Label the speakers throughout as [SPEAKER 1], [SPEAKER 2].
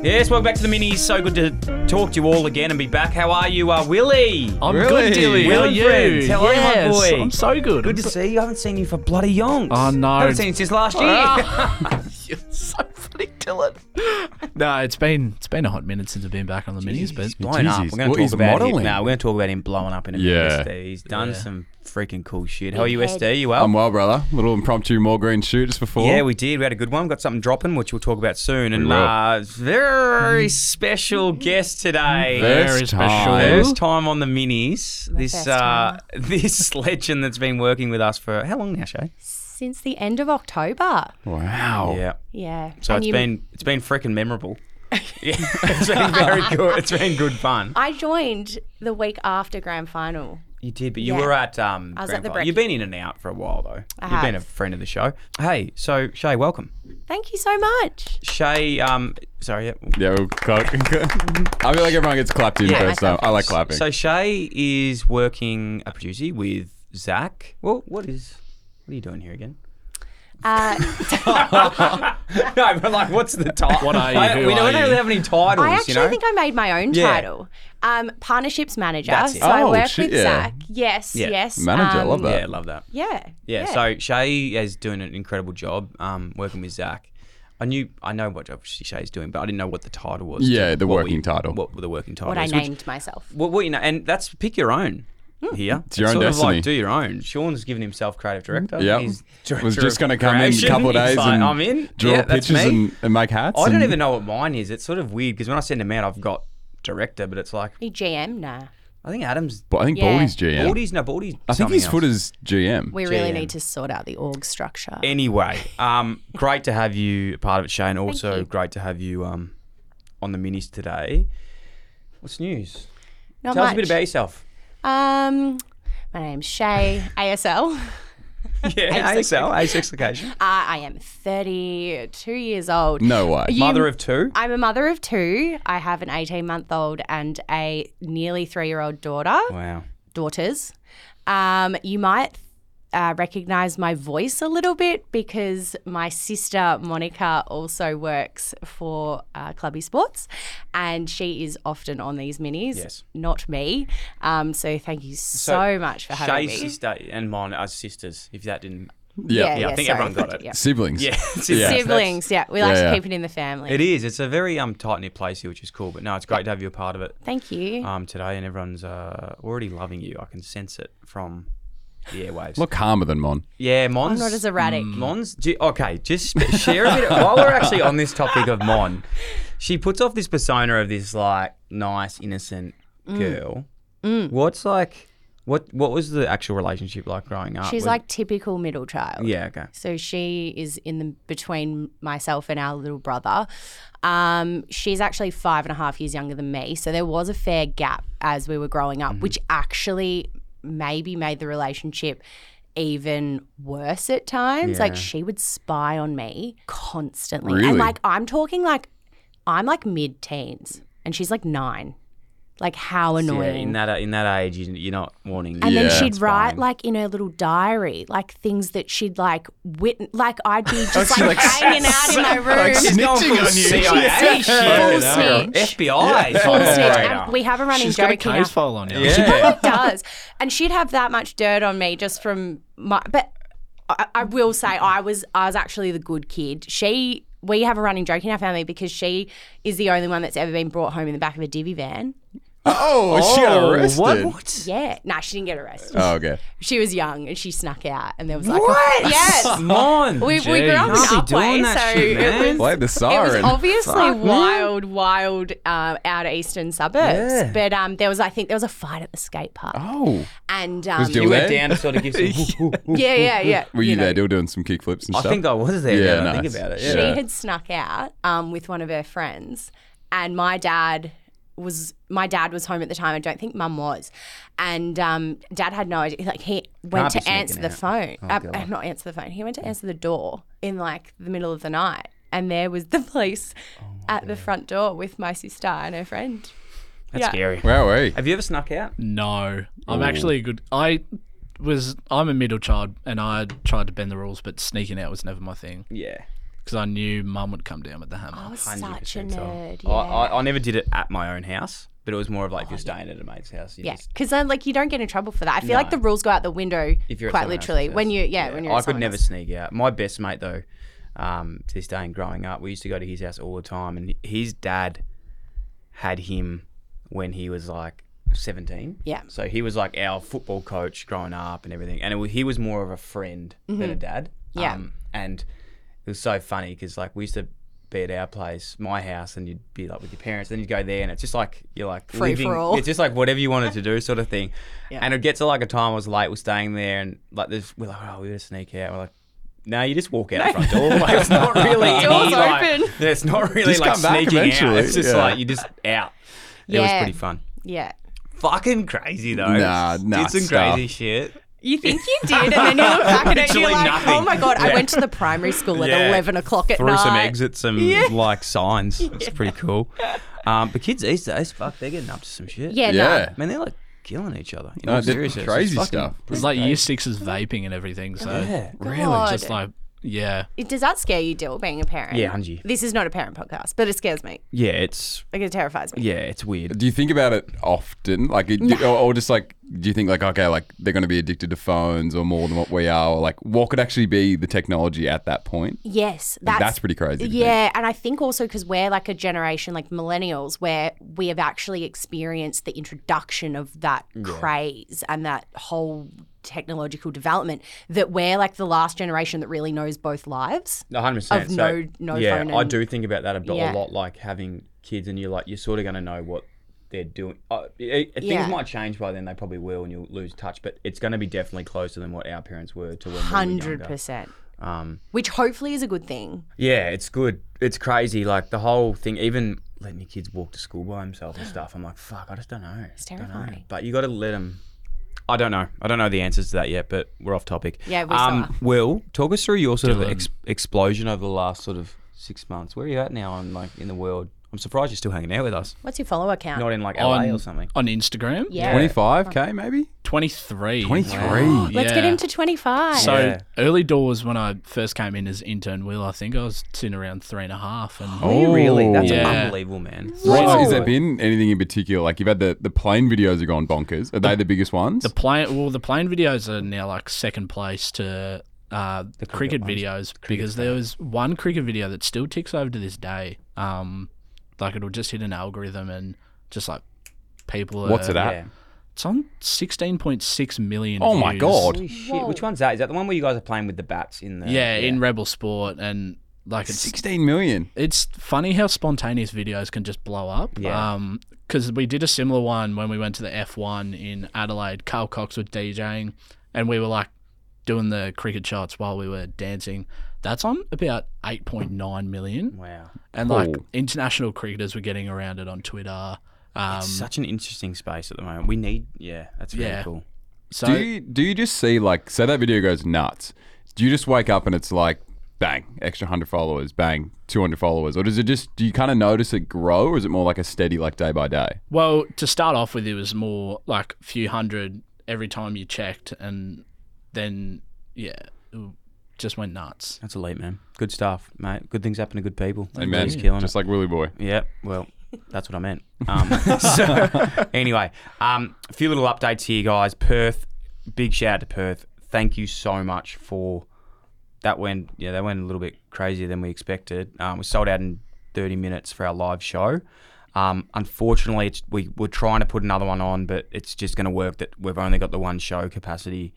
[SPEAKER 1] Yes, welcome back to the minis. So good to talk to you all again and be back. How are you, uh, Willie?
[SPEAKER 2] I'm
[SPEAKER 3] Really?
[SPEAKER 2] good, Dilly.
[SPEAKER 1] Well,
[SPEAKER 2] How are you?
[SPEAKER 1] friends, how are you, my
[SPEAKER 2] yes,
[SPEAKER 1] boy?
[SPEAKER 2] I'm so good.
[SPEAKER 1] Good
[SPEAKER 2] I'm
[SPEAKER 1] to
[SPEAKER 2] so-
[SPEAKER 1] see you. I haven't seen you for bloody yonks.
[SPEAKER 2] Oh, no.
[SPEAKER 1] I haven't seen you since last year.
[SPEAKER 2] Ah. You're so funny, Dylan. no, it's been it's been a hot minute since I've been back on the minis, but
[SPEAKER 1] blown up.
[SPEAKER 3] Jesus.
[SPEAKER 1] We're going
[SPEAKER 3] What,
[SPEAKER 1] to talk
[SPEAKER 3] he's
[SPEAKER 1] about him.
[SPEAKER 3] modelling?
[SPEAKER 1] No, we're going to talk about him blowing up in a
[SPEAKER 3] Yeah.
[SPEAKER 1] minute. SD. He's done some freaking cool shit. How are you, SD? You well?
[SPEAKER 3] I'm well, brother. Little impromptu more green shoot just before.
[SPEAKER 1] Yeah, we did. We had a good one. Got something dropping, which we'll talk about soon. And
[SPEAKER 3] will.
[SPEAKER 1] uh, very special guest today.
[SPEAKER 2] Very
[SPEAKER 3] First time.
[SPEAKER 2] special.
[SPEAKER 1] First time on the minis. This
[SPEAKER 4] first
[SPEAKER 1] uh,
[SPEAKER 4] time.
[SPEAKER 1] this legend that's been working with us for how long now, Shay?
[SPEAKER 4] since the end of October.
[SPEAKER 3] Wow.
[SPEAKER 1] Yeah.
[SPEAKER 4] Yeah.
[SPEAKER 1] So
[SPEAKER 4] And
[SPEAKER 1] it's
[SPEAKER 4] you-
[SPEAKER 1] been it's been freaking memorable. yeah, it's been very good. It's been good fun.
[SPEAKER 4] I joined the week after grand final.
[SPEAKER 1] You did, but you
[SPEAKER 4] Yeah.
[SPEAKER 1] were at um.
[SPEAKER 4] I was at the
[SPEAKER 1] Grandfather.
[SPEAKER 4] Breckie.
[SPEAKER 1] You've been in and out for a while though.
[SPEAKER 4] I
[SPEAKER 1] You've been a
[SPEAKER 4] have.
[SPEAKER 1] friend of the show. Hey, so Shay, welcome.
[SPEAKER 4] Thank you so much.
[SPEAKER 1] Shay, um, sorry. Yeah.
[SPEAKER 3] Yeah, we'll clap. I feel like everyone gets clapped in
[SPEAKER 1] Yeah.
[SPEAKER 3] first time. I like clapping.
[SPEAKER 1] So Shay is working a producer with Zach. Well, what is? What are you doing here again?
[SPEAKER 4] Uh,
[SPEAKER 1] no, but like, what's the title?
[SPEAKER 2] What are you?
[SPEAKER 1] I-
[SPEAKER 2] Who
[SPEAKER 1] we don't
[SPEAKER 2] are you?
[SPEAKER 1] really have any titles.
[SPEAKER 4] I actually
[SPEAKER 1] you know?
[SPEAKER 4] think I made my own
[SPEAKER 1] Yeah.
[SPEAKER 4] title. Um, partnerships manager.
[SPEAKER 1] That's it.
[SPEAKER 4] So I
[SPEAKER 3] Oh,
[SPEAKER 4] work
[SPEAKER 3] shit,
[SPEAKER 4] with
[SPEAKER 3] yeah.
[SPEAKER 4] Zach. Yes,
[SPEAKER 1] Yeah.
[SPEAKER 4] yes. um,
[SPEAKER 3] Manager, I love that.
[SPEAKER 1] yeah, love that.
[SPEAKER 4] Yeah.
[SPEAKER 1] Yeah, So Shay is doing an incredible job um, working with Zach. I knew I know what obviously Shay's doing, but I didn't know what the title was. to-
[SPEAKER 3] Yeah, the
[SPEAKER 1] what
[SPEAKER 3] working title.
[SPEAKER 1] What the working title?
[SPEAKER 4] what I
[SPEAKER 1] is, which-
[SPEAKER 4] named myself.
[SPEAKER 1] What, what you know, and that's pick your own. Here, it's
[SPEAKER 3] Hmm. your own
[SPEAKER 1] sort Of
[SPEAKER 3] destiny.
[SPEAKER 1] like do your own. Sean's given himself creative director.
[SPEAKER 3] Yep.
[SPEAKER 1] He's
[SPEAKER 3] was
[SPEAKER 1] director
[SPEAKER 3] just
[SPEAKER 1] of
[SPEAKER 3] going to come in a
[SPEAKER 1] creation.
[SPEAKER 3] couple of
[SPEAKER 1] He's
[SPEAKER 3] days
[SPEAKER 1] like,
[SPEAKER 3] and
[SPEAKER 1] I'm in.
[SPEAKER 3] draw
[SPEAKER 1] yeah, that's
[SPEAKER 3] pictures
[SPEAKER 1] me.
[SPEAKER 3] and, and make hats.
[SPEAKER 1] I don't
[SPEAKER 3] and-
[SPEAKER 1] even know what mine is. It's sort of weird because when I send them out, I've got director, but it's like
[SPEAKER 4] Any GM? Nah.
[SPEAKER 1] I think Adam's
[SPEAKER 3] But I think
[SPEAKER 4] Yeah.
[SPEAKER 3] Baldy's GM.
[SPEAKER 1] Baldy's no Baldy's.
[SPEAKER 3] I think his foot is GM.
[SPEAKER 4] We really
[SPEAKER 1] GM.
[SPEAKER 4] need to sort out the org structure.
[SPEAKER 1] Anyway, um, great to have you a part of it, Shane. Also
[SPEAKER 4] you.
[SPEAKER 1] great to have you um on the minis today. What's news?
[SPEAKER 4] Not
[SPEAKER 1] Tell
[SPEAKER 4] much.
[SPEAKER 1] us a bit about yourself.
[SPEAKER 4] Um, my name's Shay ASL.
[SPEAKER 1] Yeah, ASL, asexucation.
[SPEAKER 4] Uh, I am 32 years old.
[SPEAKER 3] No way.
[SPEAKER 4] You-
[SPEAKER 1] Mother of two.
[SPEAKER 4] I'm a mother of two. I have an 18 month old and a nearly three year old daughter,
[SPEAKER 1] Wow.
[SPEAKER 4] daughters. Um, you might uh, recognize my voice a little bit because my sister Monica also works for uh, Clubby Sports and she is often on these minis.
[SPEAKER 1] Yes.
[SPEAKER 4] Not me. Um, so thank you so, much for having
[SPEAKER 1] Shay's
[SPEAKER 4] me.
[SPEAKER 1] sister and mine are sisters. If that didn't,
[SPEAKER 3] Yeah.
[SPEAKER 1] yeah, I think
[SPEAKER 4] sorry.
[SPEAKER 1] everyone got it.
[SPEAKER 4] Yeah.
[SPEAKER 3] Siblings.
[SPEAKER 1] yeah,
[SPEAKER 4] Siblings, yeah. We like
[SPEAKER 3] Yeah,
[SPEAKER 4] to
[SPEAKER 3] yeah.
[SPEAKER 4] keep it in the family.
[SPEAKER 1] It is. It's a very um tight knit place here, which is cool. But no, it's great to have you a part of it
[SPEAKER 4] Thank you.
[SPEAKER 1] um today, and everyone's uh, already loving you. I can sense it from the airwaves.
[SPEAKER 3] Look calmer than Mon.
[SPEAKER 1] yeah, Mons.
[SPEAKER 4] I'm not as erratic.
[SPEAKER 1] Mon's do, okay. Just sp- share a bit while we're actually on this topic of Mon. She puts off this persona of this like nice, innocent
[SPEAKER 4] Mm.
[SPEAKER 1] girl. What's like? What What was the actual relationship like growing up?
[SPEAKER 4] She's
[SPEAKER 1] Was-
[SPEAKER 4] like typical middle child.
[SPEAKER 1] yeah, okay.
[SPEAKER 4] So she is in the between myself and our little brother. Um, she's actually five and a half years younger than me. So there was a fair gap as we were growing up, which actually maybe made the relationship even worse at times. Like she would spy on me constantly.
[SPEAKER 3] Really?
[SPEAKER 4] And like I'm talking like I'm like mid teens and she's like nine. Like how
[SPEAKER 1] Yeah,
[SPEAKER 4] annoying.
[SPEAKER 1] in that in that age, you- you're not warning.
[SPEAKER 4] And
[SPEAKER 3] Yeah.
[SPEAKER 4] then she'd
[SPEAKER 3] That's
[SPEAKER 4] write like in her little diary, like things that she'd like wit like I'd be just
[SPEAKER 3] she,
[SPEAKER 4] like,
[SPEAKER 3] like,
[SPEAKER 4] hanging out in my room.
[SPEAKER 3] She's going full CIA
[SPEAKER 4] Full
[SPEAKER 1] shit.
[SPEAKER 4] snitch.
[SPEAKER 1] FBI.
[SPEAKER 4] Full snitch. And we have a running
[SPEAKER 2] She's got a
[SPEAKER 4] joke in our
[SPEAKER 2] case file on you.
[SPEAKER 1] Yeah.
[SPEAKER 4] it does. And she'd have that much dirt on me just from my. But I, I will say, I was I was actually the good kid. She. We have a running joke in our family because she is the only one that's ever been brought home in the back of a divvy van.
[SPEAKER 3] Oh, she got arrested.
[SPEAKER 1] What? what?
[SPEAKER 4] Yeah. Nah, she didn't get arrested.
[SPEAKER 3] Oh, okay.
[SPEAKER 4] She was young and she snuck out, and there was like,
[SPEAKER 1] What?
[SPEAKER 4] yes.
[SPEAKER 1] Come on.
[SPEAKER 4] We, we grew up in
[SPEAKER 1] Can't be doing
[SPEAKER 4] Upway,
[SPEAKER 1] that
[SPEAKER 4] so
[SPEAKER 1] shit, man.
[SPEAKER 4] it was,
[SPEAKER 3] Play the
[SPEAKER 4] it was
[SPEAKER 3] siren.
[SPEAKER 4] obviously wild, wild uh, outer eastern suburbs.
[SPEAKER 1] Yeah.
[SPEAKER 4] But um, there was, I think, there was a fight at the skate park,
[SPEAKER 3] oh.
[SPEAKER 4] and um,
[SPEAKER 3] Was Dylan
[SPEAKER 1] You went
[SPEAKER 3] there?
[SPEAKER 1] down to sort of give some.
[SPEAKER 4] yeah, yeah, yeah.
[SPEAKER 3] Were you,
[SPEAKER 4] know.
[SPEAKER 3] there? They were doing some kickflips and
[SPEAKER 1] I
[SPEAKER 3] stuff.
[SPEAKER 1] think I was there.
[SPEAKER 3] Yeah,
[SPEAKER 1] Yeah, I think
[SPEAKER 3] nice.
[SPEAKER 1] about it.
[SPEAKER 3] Shit.
[SPEAKER 1] Yeah.
[SPEAKER 4] She
[SPEAKER 3] Yeah.
[SPEAKER 4] had snuck out um, with one of her friends, and my dad was my dad was home at the time. I don't think mum was, and um, dad had no idea. Like he went
[SPEAKER 1] be
[SPEAKER 4] to answer
[SPEAKER 1] sneaking
[SPEAKER 4] the
[SPEAKER 1] out. Oh,
[SPEAKER 4] phone, uh, uh, not answer the phone. He went to answer the door in like the middle of the night, and there was the police
[SPEAKER 1] Oh,
[SPEAKER 4] at the front door with my sister and her friend.
[SPEAKER 1] That's
[SPEAKER 4] Yeah.
[SPEAKER 1] scary.
[SPEAKER 3] Where were you?
[SPEAKER 1] Have you ever snuck out?
[SPEAKER 2] No, I'm actually a good. I was. I'm a middle child, and I tried to bend the rules, but sneaking out was never my thing.
[SPEAKER 1] Yeah.
[SPEAKER 2] because I knew Mum would come down with the hammer.
[SPEAKER 4] I was such a nerd.
[SPEAKER 1] I,
[SPEAKER 4] Yeah. Oh,
[SPEAKER 1] I, I never did it at my own house, but it was more of like if you're staying at a mate's house. You
[SPEAKER 4] Yeah,
[SPEAKER 1] just-
[SPEAKER 4] because then like you don't get in trouble for that. I feel like the rules go out the window
[SPEAKER 1] if you're at
[SPEAKER 4] quite
[SPEAKER 1] someone else's
[SPEAKER 4] literally when
[SPEAKER 1] house.
[SPEAKER 4] you yeah, when you're.
[SPEAKER 1] I
[SPEAKER 4] at
[SPEAKER 1] could
[SPEAKER 4] someone
[SPEAKER 1] never
[SPEAKER 4] else.
[SPEAKER 1] sneak out. My best mate though, um, to this day and growing up, we used to go to his house all the time, and his dad had him when he was like. 17
[SPEAKER 4] Yeah.
[SPEAKER 1] so he was like our football coach growing up and everything and it was, he was more of a friend than a dad
[SPEAKER 4] Mm-hmm.
[SPEAKER 1] Um,
[SPEAKER 4] Yeah.
[SPEAKER 1] and it was so funny because like we used to be at our place my house and you'd be like with your parents then you'd go there and it's just like you're like
[SPEAKER 4] Free for all.
[SPEAKER 1] it's just like whatever you wanted to do sort of thing and it gets to like a time i was late we're staying there and like this we're like oh we gotta sneak out we're like no, you just walk out the front door. Like, it's not really any,
[SPEAKER 4] Door's
[SPEAKER 1] like-
[SPEAKER 4] open.
[SPEAKER 1] yeah, it's not really
[SPEAKER 3] Just
[SPEAKER 1] like
[SPEAKER 3] come back
[SPEAKER 1] sneaking out.
[SPEAKER 3] eventually,
[SPEAKER 1] It's just
[SPEAKER 3] yeah.
[SPEAKER 1] like you just out. It was
[SPEAKER 4] Yeah.
[SPEAKER 1] pretty fun.
[SPEAKER 4] Yeah,
[SPEAKER 1] Fucking crazy though.
[SPEAKER 3] Nah,
[SPEAKER 1] Did
[SPEAKER 3] nuts
[SPEAKER 1] some
[SPEAKER 3] stuff.
[SPEAKER 1] crazy shit.
[SPEAKER 4] you think you did, and then you look back at it and you're
[SPEAKER 1] Literally
[SPEAKER 4] like,
[SPEAKER 1] nothing.
[SPEAKER 4] oh my god, I
[SPEAKER 1] Yeah.
[SPEAKER 4] went to the primary school at
[SPEAKER 1] Yeah.
[SPEAKER 4] eleven o'clock at
[SPEAKER 1] through
[SPEAKER 4] night.
[SPEAKER 1] some exits and like signs. It's pretty cool. Um, but kids these days, fuck, they're getting up to some shit.
[SPEAKER 4] Yeah, no.
[SPEAKER 3] Yeah.
[SPEAKER 1] man, they're like killing each other. You know,
[SPEAKER 3] No, I did
[SPEAKER 1] seriously, it's
[SPEAKER 3] crazy
[SPEAKER 1] just fucking-
[SPEAKER 3] stuff.
[SPEAKER 2] It's like year six is vaping and everything. So
[SPEAKER 1] Yeah.
[SPEAKER 4] God.
[SPEAKER 2] just like yeah,
[SPEAKER 4] It- Does that scare you, Dill, being a parent?
[SPEAKER 1] Yeah, 100.
[SPEAKER 4] This is not a parent podcast, but it scares me.
[SPEAKER 1] Yeah, it's
[SPEAKER 4] Like it terrifies me.
[SPEAKER 1] yeah, it's weird.
[SPEAKER 3] Do you think about it often? Like, it- or, or just like, do you think like, okay, like they're going to be addicted to phones or more than what we are, or like, what could actually be the technology at that point?
[SPEAKER 4] Yes,
[SPEAKER 3] Like,
[SPEAKER 4] that's,
[SPEAKER 3] That's, pretty crazy. to think.
[SPEAKER 4] Yeah, and I think also because we're like a generation, like millennials, where we have actually experienced the introduction of that craze and that whole technological development, that we're like the last generation that really knows both lives.
[SPEAKER 1] One hundred percent.
[SPEAKER 4] Of no- no
[SPEAKER 1] yeah,
[SPEAKER 4] phone
[SPEAKER 1] I
[SPEAKER 4] and-
[SPEAKER 1] do think about that a, bit,
[SPEAKER 4] Yeah.
[SPEAKER 1] a lot. Like having kids, and you're like, you're sort of going to know what they're doing. Uh, it, it-
[SPEAKER 4] Yeah.
[SPEAKER 1] Things might change by then. They probably will, and you'll lose touch. But it's going to be definitely closer than what our parents were to when we were
[SPEAKER 4] Hundred
[SPEAKER 1] younger.
[SPEAKER 4] percent.
[SPEAKER 1] Um,
[SPEAKER 4] Which hopefully is a good thing.
[SPEAKER 1] Yeah, it's good. It's crazy. Like the whole thing, even letting your kids walk to school by themselves and stuff. I'm like, fuck, I just don't know. It's
[SPEAKER 4] terrifying.
[SPEAKER 1] But you got to let them. I don't know. I don't know the answers to that yet, but we're off topic.
[SPEAKER 4] Yeah, we
[SPEAKER 1] um, Will, talk us through your sort of ex- explosion over the last sort of six months. Where are you at now? on like in the world. I'm surprised you're still hanging out with us.
[SPEAKER 4] What's your follower count?
[SPEAKER 1] Not in like LA
[SPEAKER 2] on
[SPEAKER 1] or something.
[SPEAKER 2] on Instagram.
[SPEAKER 4] yeah.
[SPEAKER 3] 25K maybe?
[SPEAKER 2] twenty three.
[SPEAKER 3] 23.
[SPEAKER 4] Let's
[SPEAKER 2] Yeah.
[SPEAKER 4] get into twenty five.
[SPEAKER 2] So
[SPEAKER 1] Yeah.
[SPEAKER 2] early doors when I first came in as intern, Will, I think I was sitting around three and a half, and
[SPEAKER 3] Oh.
[SPEAKER 1] Are you really? That's
[SPEAKER 2] Yeah.
[SPEAKER 1] unbelievable, man.
[SPEAKER 3] Right, so
[SPEAKER 4] Whoa.
[SPEAKER 3] has there been anything in particular? Like you've had the, the plane videos have gone bonkers. Are they the biggest ones?
[SPEAKER 2] the plane. Well, the plane videos are now like second place to uh, the cricket, videos because there was one cricket video that still ticks over to this day. Um, like it'll just hit an algorithm and just like people. Are,
[SPEAKER 3] What's it at?
[SPEAKER 1] Yeah.
[SPEAKER 2] It's on sixteen point six million.
[SPEAKER 3] Oh my
[SPEAKER 2] views.
[SPEAKER 3] god!
[SPEAKER 1] Holy shit. Which one's that? Is that the one where you guys are playing with the bats in the?
[SPEAKER 2] Yeah, in Rebel Sport and like it's
[SPEAKER 3] Sixteen million.
[SPEAKER 2] it's funny how spontaneous videos can just blow up.
[SPEAKER 1] Yeah.
[SPEAKER 2] because we did a similar one when we went to the F1 in Adelaide. Carl Cox was DJing, and we were like doing the cricket shots while we were dancing. That's on about 8.9 million,
[SPEAKER 1] Wow.
[SPEAKER 2] and like
[SPEAKER 3] Cool.
[SPEAKER 2] international cricketers were getting around it on Twitter. Um,
[SPEAKER 1] It's such an interesting space at the moment. We need, yeah, that's really
[SPEAKER 2] Yeah.
[SPEAKER 1] cool.
[SPEAKER 2] so
[SPEAKER 3] Do you do you just see like say that video goes nuts? Do you just wake up and it's like bang, extra hundred followers, bang, two hundred followers, or does it just do you kind of notice it grow, or is it more like a steady like day by day?
[SPEAKER 2] Well, to start off with, it was more like a few hundred every time you checked, and then yeah, it just went nuts.
[SPEAKER 1] That's elite, man. Good stuff, mate. Good things happen to good people.
[SPEAKER 3] Amen.
[SPEAKER 1] He's killing
[SPEAKER 3] just
[SPEAKER 1] it.
[SPEAKER 3] like Willy Boy.
[SPEAKER 1] yeah, well, that's what I meant. Um, so, anyway, um, a few little updates here, guys. Perth, big shout out to Perth. Thank you so much for that. Went, yeah, that went a little bit crazier than we expected. Um, we sold out in 30 minutes for our live show. Um, unfortunately, it's, we we're trying to put another one on, but it's just going to work that we've only got the one show capacity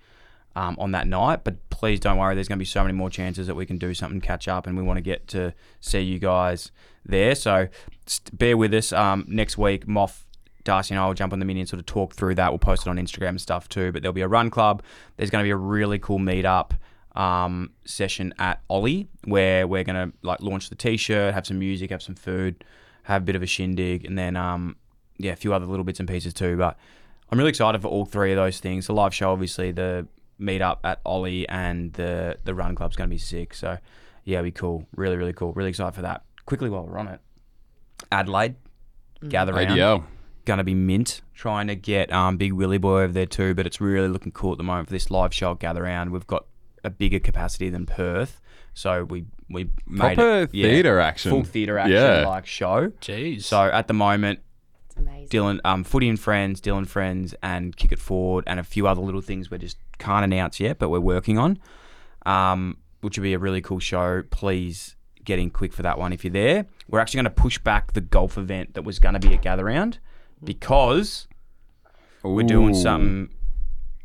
[SPEAKER 1] um, on that night. But please don't worry, there's going to be so many more chances that we can do something, catch up, and we want to get to see you guys there. So st- bear with us. Um, next week, Moff, Darcy, and I will jump on the mini and sort of talk through that. We'll post it on Instagram and stuff too. But there'll be a run club. There's going to be a really cool meetup um, session at Ollie where we're going to like launch the t-shirt, have some music, have some food, have a bit of a shindig, and then um, yeah, a few other little bits and pieces too. But I'm really excited for all three of those things. The live show, obviously, the meetup at Ollie, and the the run club's going to be sick. So yeah, it'll be cool. Really, really cool. Really excited for that. Quickly while we're on it, Adelaide, gather round
[SPEAKER 3] ADL.
[SPEAKER 1] gonna be mint. Trying to get um, Big Willy Boy over there too, but it's really looking cool at the moment for this live show. Gather round. We've got a bigger capacity than Perth. So we we made
[SPEAKER 3] Proper
[SPEAKER 1] it, yeah,
[SPEAKER 3] theater action.
[SPEAKER 1] full theater action
[SPEAKER 3] Yeah.
[SPEAKER 1] like show.
[SPEAKER 2] Jeez.
[SPEAKER 1] So at the moment,
[SPEAKER 4] It's amazing.
[SPEAKER 1] Dylan, um, Footy and Friends, Dylan Friends, and Kick It Forward, and a few other little things we just can't announce yet, but we're working on, um, which would be a really cool show. Please get in quick for that one if you're there. We're actually going to push back the golf event that was going to be at Gather Round because we're doing
[SPEAKER 3] Ooh.
[SPEAKER 1] something.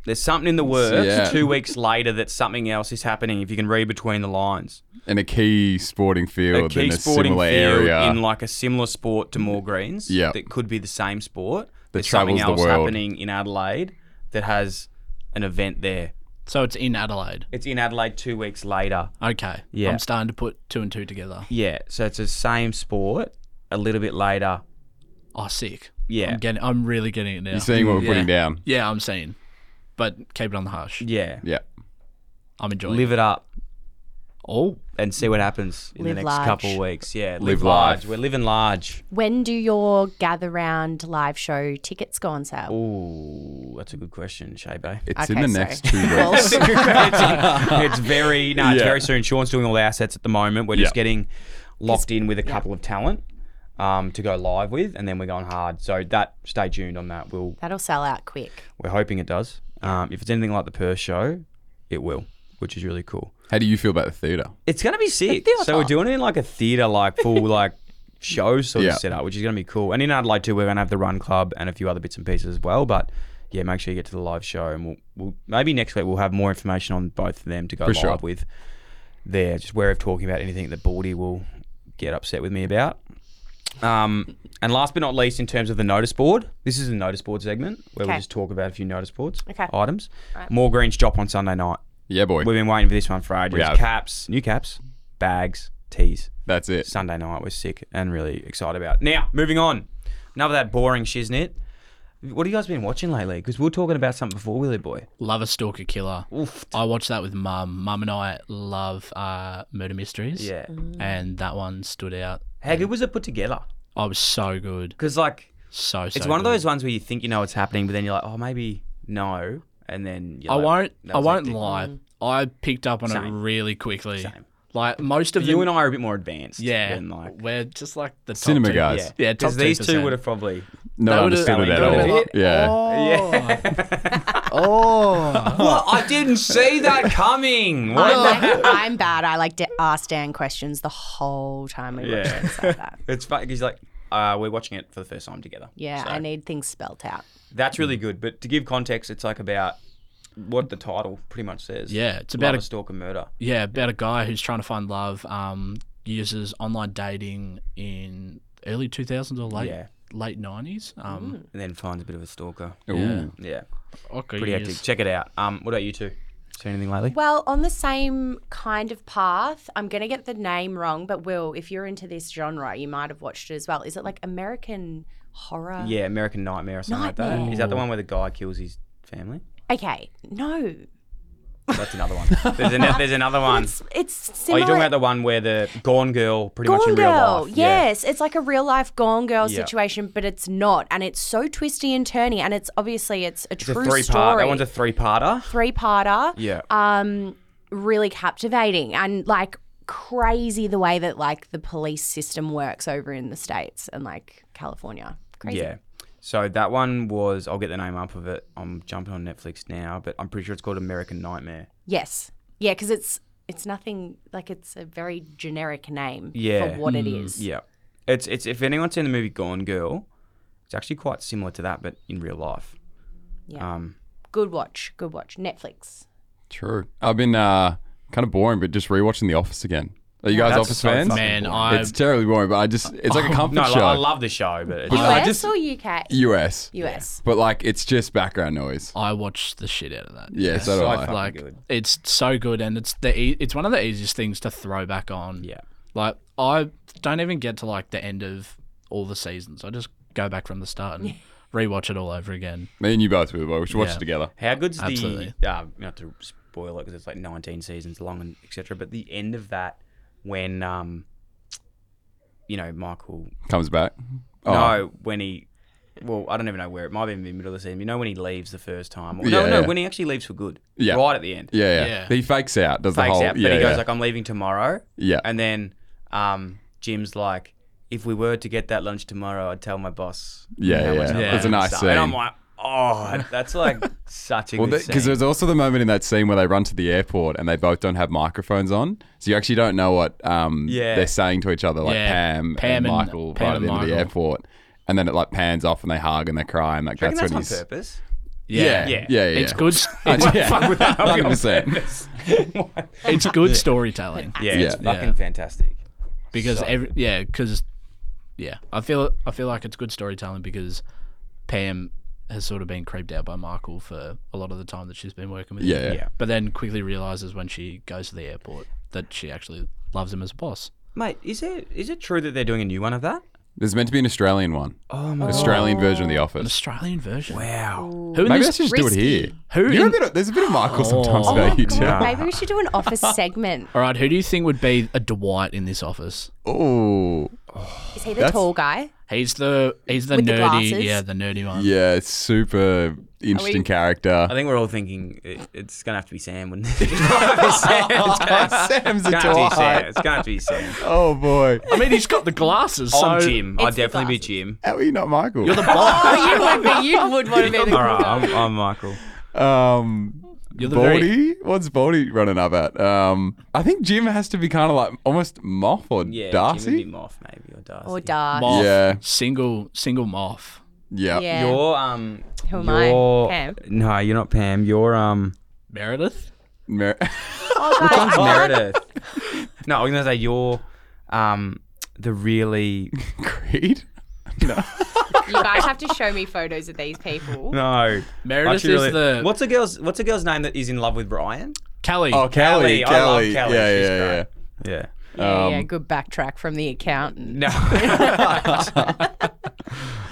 [SPEAKER 1] There's something in the works.
[SPEAKER 3] Yeah.
[SPEAKER 1] Two weeks later, that something else is happening. If you can read between the lines,
[SPEAKER 3] in a key sporting field in a similar area.
[SPEAKER 1] in like a similar sport to more greens.
[SPEAKER 3] Yeah.
[SPEAKER 1] that could be the same sport. There's
[SPEAKER 3] travels
[SPEAKER 1] something
[SPEAKER 3] the
[SPEAKER 1] else
[SPEAKER 3] world.
[SPEAKER 1] happening in Adelaide that has an event there.
[SPEAKER 2] so it's in Adelaide.
[SPEAKER 1] It's in Adelaide two weeks later.
[SPEAKER 2] Okay.
[SPEAKER 1] Yeah.
[SPEAKER 2] I'm starting to put two and two together.
[SPEAKER 1] Yeah, so it's the same sport a little bit later.
[SPEAKER 2] Oh, sick.
[SPEAKER 1] Yeah.
[SPEAKER 2] I'm getting. I'm really getting it now.
[SPEAKER 3] You're seeing what we're putting down.
[SPEAKER 2] Yeah, I'm seeing. But keep it on the hush.
[SPEAKER 1] Yeah,
[SPEAKER 3] Yeah.
[SPEAKER 2] I'm enjoying. it.
[SPEAKER 1] live it up
[SPEAKER 2] Oh,
[SPEAKER 1] and see what happens in the
[SPEAKER 4] Live
[SPEAKER 1] next
[SPEAKER 4] large.
[SPEAKER 1] couple of weeks. Yeah, live,
[SPEAKER 3] large.
[SPEAKER 1] large. We're living large.
[SPEAKER 4] When do your gather round live show tickets go on sale?
[SPEAKER 1] Ooh, that's a good question, Shabe.
[SPEAKER 3] It's in
[SPEAKER 4] Okay,
[SPEAKER 3] the
[SPEAKER 4] sorry.
[SPEAKER 3] next two
[SPEAKER 1] Oh,
[SPEAKER 3] weeks.
[SPEAKER 4] Well,
[SPEAKER 1] it's very no, it's
[SPEAKER 3] Yeah.
[SPEAKER 1] very soon. Sean's doing all the assets at the moment. We're just
[SPEAKER 3] Yeah.
[SPEAKER 1] getting locked in with a couple of talent um, to go live with, and then we're going hard. So that stay tuned on that. We'll
[SPEAKER 4] That'll sell out quick.
[SPEAKER 1] we're hoping it does. Um, if it's anything like the Perth show, it will, which is really cool.
[SPEAKER 3] How do you feel about the theater?
[SPEAKER 1] It's gonna be sick. So we're doing it in like a theater, like full like show sort
[SPEAKER 3] Yeah.
[SPEAKER 1] of setup, which is gonna be cool. And in Adelaide too, we're gonna have the Run Club and a few other bits and pieces as well. But yeah, make sure you get to the live show, and we'll, we'll maybe next week we'll have more information on both of them to go
[SPEAKER 3] For
[SPEAKER 1] live
[SPEAKER 3] sure.
[SPEAKER 1] with. There, just where of talking about anything that Baldy will get upset with me about. Um, and last but not least, in terms of the notice board, this is a notice board segment where we
[SPEAKER 4] Okay.
[SPEAKER 1] just talk about a few notice boards
[SPEAKER 4] Okay.
[SPEAKER 1] items. More greens drop on Sunday night.
[SPEAKER 3] Yeah, boy.
[SPEAKER 1] We've been waiting for this one for ages.
[SPEAKER 3] have.
[SPEAKER 1] Caps, new caps, bags, tees.
[SPEAKER 3] That's it.
[SPEAKER 1] Sunday night, we're sick and really excited about. Now, moving on. Another that boring shiznit. What have you guys been watching lately? Because we were talking about something before, Willie boy.
[SPEAKER 2] love a stalker killer.
[SPEAKER 1] Oof.
[SPEAKER 2] I watched that with mum. Mum and I love uh, murder mysteries.
[SPEAKER 1] Yeah.
[SPEAKER 2] And that one stood out.
[SPEAKER 1] How good was it put together?
[SPEAKER 2] I was so good.
[SPEAKER 1] Because like,
[SPEAKER 2] So so
[SPEAKER 1] it's one of
[SPEAKER 2] good.
[SPEAKER 1] those ones where you think you know what's happening, but then you're like, oh, maybe no, and then you're
[SPEAKER 2] I
[SPEAKER 1] like-
[SPEAKER 2] won't.
[SPEAKER 1] that
[SPEAKER 2] I
[SPEAKER 1] was
[SPEAKER 2] won't
[SPEAKER 1] hectic. Mm-hmm.
[SPEAKER 2] lie. I picked up on it
[SPEAKER 1] Same.
[SPEAKER 2] really quickly. Like most of
[SPEAKER 1] You
[SPEAKER 2] them-
[SPEAKER 1] and I are a bit more advanced.
[SPEAKER 2] yeah,
[SPEAKER 1] Than like,
[SPEAKER 2] we're just like the top
[SPEAKER 3] Cinema
[SPEAKER 2] two-
[SPEAKER 3] guys.
[SPEAKER 1] yeah,
[SPEAKER 2] Yeah, top
[SPEAKER 1] Because these two
[SPEAKER 2] 2%.
[SPEAKER 1] would have probably.
[SPEAKER 3] Not
[SPEAKER 2] That would've-
[SPEAKER 3] understood it Oh.
[SPEAKER 2] that
[SPEAKER 3] at
[SPEAKER 2] would've
[SPEAKER 3] all.
[SPEAKER 2] been-
[SPEAKER 3] Yeah.
[SPEAKER 2] Oh. Yeah. Oh.
[SPEAKER 1] Well, I didn't see that coming.
[SPEAKER 4] I'm,
[SPEAKER 1] What?
[SPEAKER 4] like, I'm bad. I like to ask Dan questions the whole time we watch
[SPEAKER 1] Yeah.
[SPEAKER 4] things like that.
[SPEAKER 1] It's funny because like uh, we're watching it for the first time together.
[SPEAKER 4] Yeah,
[SPEAKER 1] So
[SPEAKER 4] I need things spelt out.
[SPEAKER 1] that's really good. But to give context, it's like about what the title pretty much says.
[SPEAKER 2] Yeah, it's
[SPEAKER 1] about
[SPEAKER 2] about
[SPEAKER 1] a
[SPEAKER 2] a
[SPEAKER 1] stalker murder.
[SPEAKER 2] yeah about a guy who's trying to find love. Um, uses online dating in early 2000s or late
[SPEAKER 1] Yeah. Mm.
[SPEAKER 2] late 90s. Um,
[SPEAKER 1] And then finds a bit of a stalker.
[SPEAKER 3] Ooh.
[SPEAKER 1] Yeah,
[SPEAKER 2] okay,
[SPEAKER 1] pretty hectic. Check it out. Um, what about you two? Seen anything lately?
[SPEAKER 4] Well, on the same kind of path, I'm going to get the name wrong, but Will, if you're into this genre, you might have watched it as well. Is it like American horror?
[SPEAKER 1] Yeah, American Nightmare or something like that.
[SPEAKER 4] Nightmare.
[SPEAKER 1] Is that the one where the guy kills his family?
[SPEAKER 4] Okay, no.
[SPEAKER 1] That's another one. There's, an, there's another one.
[SPEAKER 4] It's, it's
[SPEAKER 1] Oh,
[SPEAKER 4] similar.
[SPEAKER 1] you're talking about the one where the Gone Girl, pretty much
[SPEAKER 4] Gone
[SPEAKER 1] in real
[SPEAKER 4] Girl.
[SPEAKER 1] life. Yeah.
[SPEAKER 4] Yes, it's like a real life Gone Girl
[SPEAKER 1] Yeah.
[SPEAKER 4] situation, but it's not, and it's so twisty and turny, and it's obviously it's a
[SPEAKER 1] It's a
[SPEAKER 4] true
[SPEAKER 1] three part.
[SPEAKER 4] story.
[SPEAKER 1] That one's a three parter.
[SPEAKER 4] three parter.
[SPEAKER 1] Yeah.
[SPEAKER 4] Um, really captivating and like crazy the way that like the police system works over in the states and like California. Crazy.
[SPEAKER 1] Yeah. So that one was I'll get the name up of it. I'm jumping on Netflix now, but I'm pretty sure it's called American Nightmare.
[SPEAKER 4] Yes. Yeah, because it's it's nothing like it's a very generic name
[SPEAKER 1] Yeah. Mm,
[SPEAKER 4] for what it is.
[SPEAKER 1] Yeah. It's it's if anyone's seen the movie Gone Girl, it's actually quite similar to that, but in real life.
[SPEAKER 4] Yeah.
[SPEAKER 1] Um
[SPEAKER 4] Good watch. Good watch. Netflix.
[SPEAKER 3] True. I've been uh, kind of boring, but just rewatching The Office again. Are you guys
[SPEAKER 1] That's
[SPEAKER 3] Office
[SPEAKER 1] so
[SPEAKER 3] fans?
[SPEAKER 1] fucking
[SPEAKER 2] Man,
[SPEAKER 1] boring.
[SPEAKER 2] I
[SPEAKER 3] It's terribly boring, but I just, it's like a comfort
[SPEAKER 1] No, like,
[SPEAKER 3] show.
[SPEAKER 1] I love the show, but it's
[SPEAKER 3] But I
[SPEAKER 4] US
[SPEAKER 3] just-
[SPEAKER 4] or UK?
[SPEAKER 3] US.
[SPEAKER 4] US.
[SPEAKER 3] But like, it's just background noise.
[SPEAKER 2] I watched the shit out of that.
[SPEAKER 3] Yeah, so do
[SPEAKER 1] so
[SPEAKER 3] I.
[SPEAKER 1] fucking
[SPEAKER 2] like
[SPEAKER 1] good.
[SPEAKER 2] it's so good and it's the e- it's one of the easiest things to throw back on
[SPEAKER 1] Yeah.
[SPEAKER 2] like i don't even get to like the end of all the seasons i just go back from the start and rewatch it all over again
[SPEAKER 3] Me and you both were, but we should watch
[SPEAKER 2] Yeah.
[SPEAKER 3] it together.
[SPEAKER 1] How good's
[SPEAKER 2] Absolutely.
[SPEAKER 1] the uh, not to spoil it because it's like 19 seasons long and etc. But the end of that when um you know Michael
[SPEAKER 3] Comes back. Oh,
[SPEAKER 1] no when he well, I don't even know where it might even be middle of the season. You know when he leaves the first time? Or, no,
[SPEAKER 3] Yeah,
[SPEAKER 1] no,
[SPEAKER 3] yeah.
[SPEAKER 1] when he actually leaves for good.
[SPEAKER 3] Yeah.
[SPEAKER 1] Right at the end.
[SPEAKER 3] Yeah, yeah,
[SPEAKER 2] Yeah.
[SPEAKER 3] He fakes out. Does the
[SPEAKER 1] Fakes
[SPEAKER 3] whole.
[SPEAKER 1] out, but
[SPEAKER 3] yeah,
[SPEAKER 1] he goes
[SPEAKER 3] yeah.
[SPEAKER 1] like, "I'm leaving tomorrow."
[SPEAKER 3] Yeah.
[SPEAKER 1] And then um, Jim's like, "If we were to get that lunch tomorrow, I'd tell my boss."
[SPEAKER 3] Yeah,
[SPEAKER 1] how much
[SPEAKER 3] yeah.
[SPEAKER 1] I
[SPEAKER 2] Yeah.
[SPEAKER 1] love
[SPEAKER 2] It's a
[SPEAKER 1] him and
[SPEAKER 3] nice
[SPEAKER 1] stuff." And I'm
[SPEAKER 3] scene.
[SPEAKER 1] like, "Oh, that's like such a
[SPEAKER 3] Well,
[SPEAKER 1] good
[SPEAKER 3] because
[SPEAKER 1] scene."
[SPEAKER 3] there's also the moment in that scene where they run to the airport and they both don't have microphones on, so you actually don't know what um,
[SPEAKER 1] Yeah.
[SPEAKER 3] they're saying to each other, like
[SPEAKER 2] Yeah.
[SPEAKER 3] Pam,
[SPEAKER 2] Pam
[SPEAKER 3] and
[SPEAKER 2] and-
[SPEAKER 3] Michael
[SPEAKER 2] Pam
[SPEAKER 3] right at
[SPEAKER 2] and
[SPEAKER 3] the end of the
[SPEAKER 2] Michael.
[SPEAKER 3] airport, and then it like pans off and they hug and they cry and like
[SPEAKER 1] I reckon
[SPEAKER 3] that's,
[SPEAKER 1] that's
[SPEAKER 3] when
[SPEAKER 1] on
[SPEAKER 3] he's
[SPEAKER 1] purpose.
[SPEAKER 3] yeah, yeah,
[SPEAKER 1] Yeah.
[SPEAKER 3] yeah, yeah,
[SPEAKER 2] It's good. It's,
[SPEAKER 3] yeah.
[SPEAKER 2] fuck with that.
[SPEAKER 3] hundred percent.
[SPEAKER 2] it's good storytelling
[SPEAKER 1] Yeah,
[SPEAKER 3] Yeah.
[SPEAKER 1] it's
[SPEAKER 3] Yeah.
[SPEAKER 1] fucking fantastic.
[SPEAKER 2] because every yeah because yeah I feel I feel like it's good storytelling because Pam has sort of been creeped out by Michael for a lot of the time that she's been working with him.
[SPEAKER 3] Yeah,
[SPEAKER 1] Yeah.
[SPEAKER 3] yeah,
[SPEAKER 2] but then quickly realizes when she goes to the airport that she actually loves him as a boss.
[SPEAKER 1] Mate, is it is it true that they're doing a new one of that?
[SPEAKER 3] There's meant to be an Australian one,
[SPEAKER 1] Oh my
[SPEAKER 3] Australian version of The
[SPEAKER 2] An
[SPEAKER 3] Office.
[SPEAKER 2] Australian version.
[SPEAKER 1] wow.
[SPEAKER 2] Who in
[SPEAKER 3] Maybe
[SPEAKER 2] this-
[SPEAKER 3] let's just do it here.
[SPEAKER 2] Who
[SPEAKER 3] You're a
[SPEAKER 2] in-
[SPEAKER 3] bit of- there's a bit of Michael sometimes
[SPEAKER 2] Oh.
[SPEAKER 4] Oh my
[SPEAKER 3] about you too.
[SPEAKER 4] God, maybe we should do an office segment.
[SPEAKER 2] All right, who do you think would be a Dwight in this office?
[SPEAKER 3] Oh,
[SPEAKER 4] Is he the
[SPEAKER 3] That's-
[SPEAKER 4] tall guy?
[SPEAKER 2] He's the he's the
[SPEAKER 4] With the
[SPEAKER 2] nerdy,
[SPEAKER 4] glasses?
[SPEAKER 2] yeah, the nerdy one.
[SPEAKER 3] yeah, it's super interesting character.
[SPEAKER 1] I think we're all thinking it, it's gonna have to be Sam, wouldn't it? it's gonna be Sam. It's gonna,
[SPEAKER 3] Sam's a
[SPEAKER 1] it's gonna have to be Sam.
[SPEAKER 3] Dwight.
[SPEAKER 1] It's gonna have to be Sam.
[SPEAKER 3] Oh boy,
[SPEAKER 2] I mean, he's got the glasses. So
[SPEAKER 1] I'm Jim. I'd
[SPEAKER 4] It's the
[SPEAKER 1] definitely be Jim.
[SPEAKER 3] how are you not Michael?
[SPEAKER 2] You're the boss.
[SPEAKER 4] Oh, you would be. You would want to be the
[SPEAKER 1] All right, I'm, I'm Michael.
[SPEAKER 3] Um,
[SPEAKER 2] You're the very-
[SPEAKER 3] Baldy? What's Baldy running up at? Um, I think Jim has to be kind of like almost Moth or
[SPEAKER 1] Yeah, Jim
[SPEAKER 3] Darcy.
[SPEAKER 1] would be Moth maybe or Darcy.
[SPEAKER 4] Or dark.
[SPEAKER 2] moth.
[SPEAKER 3] Yeah.
[SPEAKER 2] Single single moth.
[SPEAKER 3] yeah.
[SPEAKER 4] Yeah.
[SPEAKER 1] You're um.
[SPEAKER 4] Who am I?
[SPEAKER 1] you're,
[SPEAKER 4] Pam?
[SPEAKER 1] No, you're not Pam. You're um.
[SPEAKER 2] Meredith.
[SPEAKER 3] Mer-
[SPEAKER 4] Oh, guys,
[SPEAKER 1] John's Meredith. No, I'm gonna say you're um the really
[SPEAKER 3] Creed.
[SPEAKER 4] you guys have to show me photos of these people.
[SPEAKER 1] no.
[SPEAKER 2] Meredith
[SPEAKER 1] Actually,
[SPEAKER 2] is
[SPEAKER 1] really-
[SPEAKER 2] the
[SPEAKER 1] what's a girl's what's a girl's name that is in love with Brian?
[SPEAKER 2] Kelly.
[SPEAKER 3] Oh,
[SPEAKER 1] Kelly,
[SPEAKER 3] Kelly.
[SPEAKER 1] I love
[SPEAKER 3] Kelly.
[SPEAKER 1] Kelly,
[SPEAKER 3] Yeah,
[SPEAKER 1] she's
[SPEAKER 3] yeah, yeah.
[SPEAKER 1] Yeah.
[SPEAKER 4] Yeah, yeah, good backtrack from the accountant.
[SPEAKER 1] No.
[SPEAKER 3] I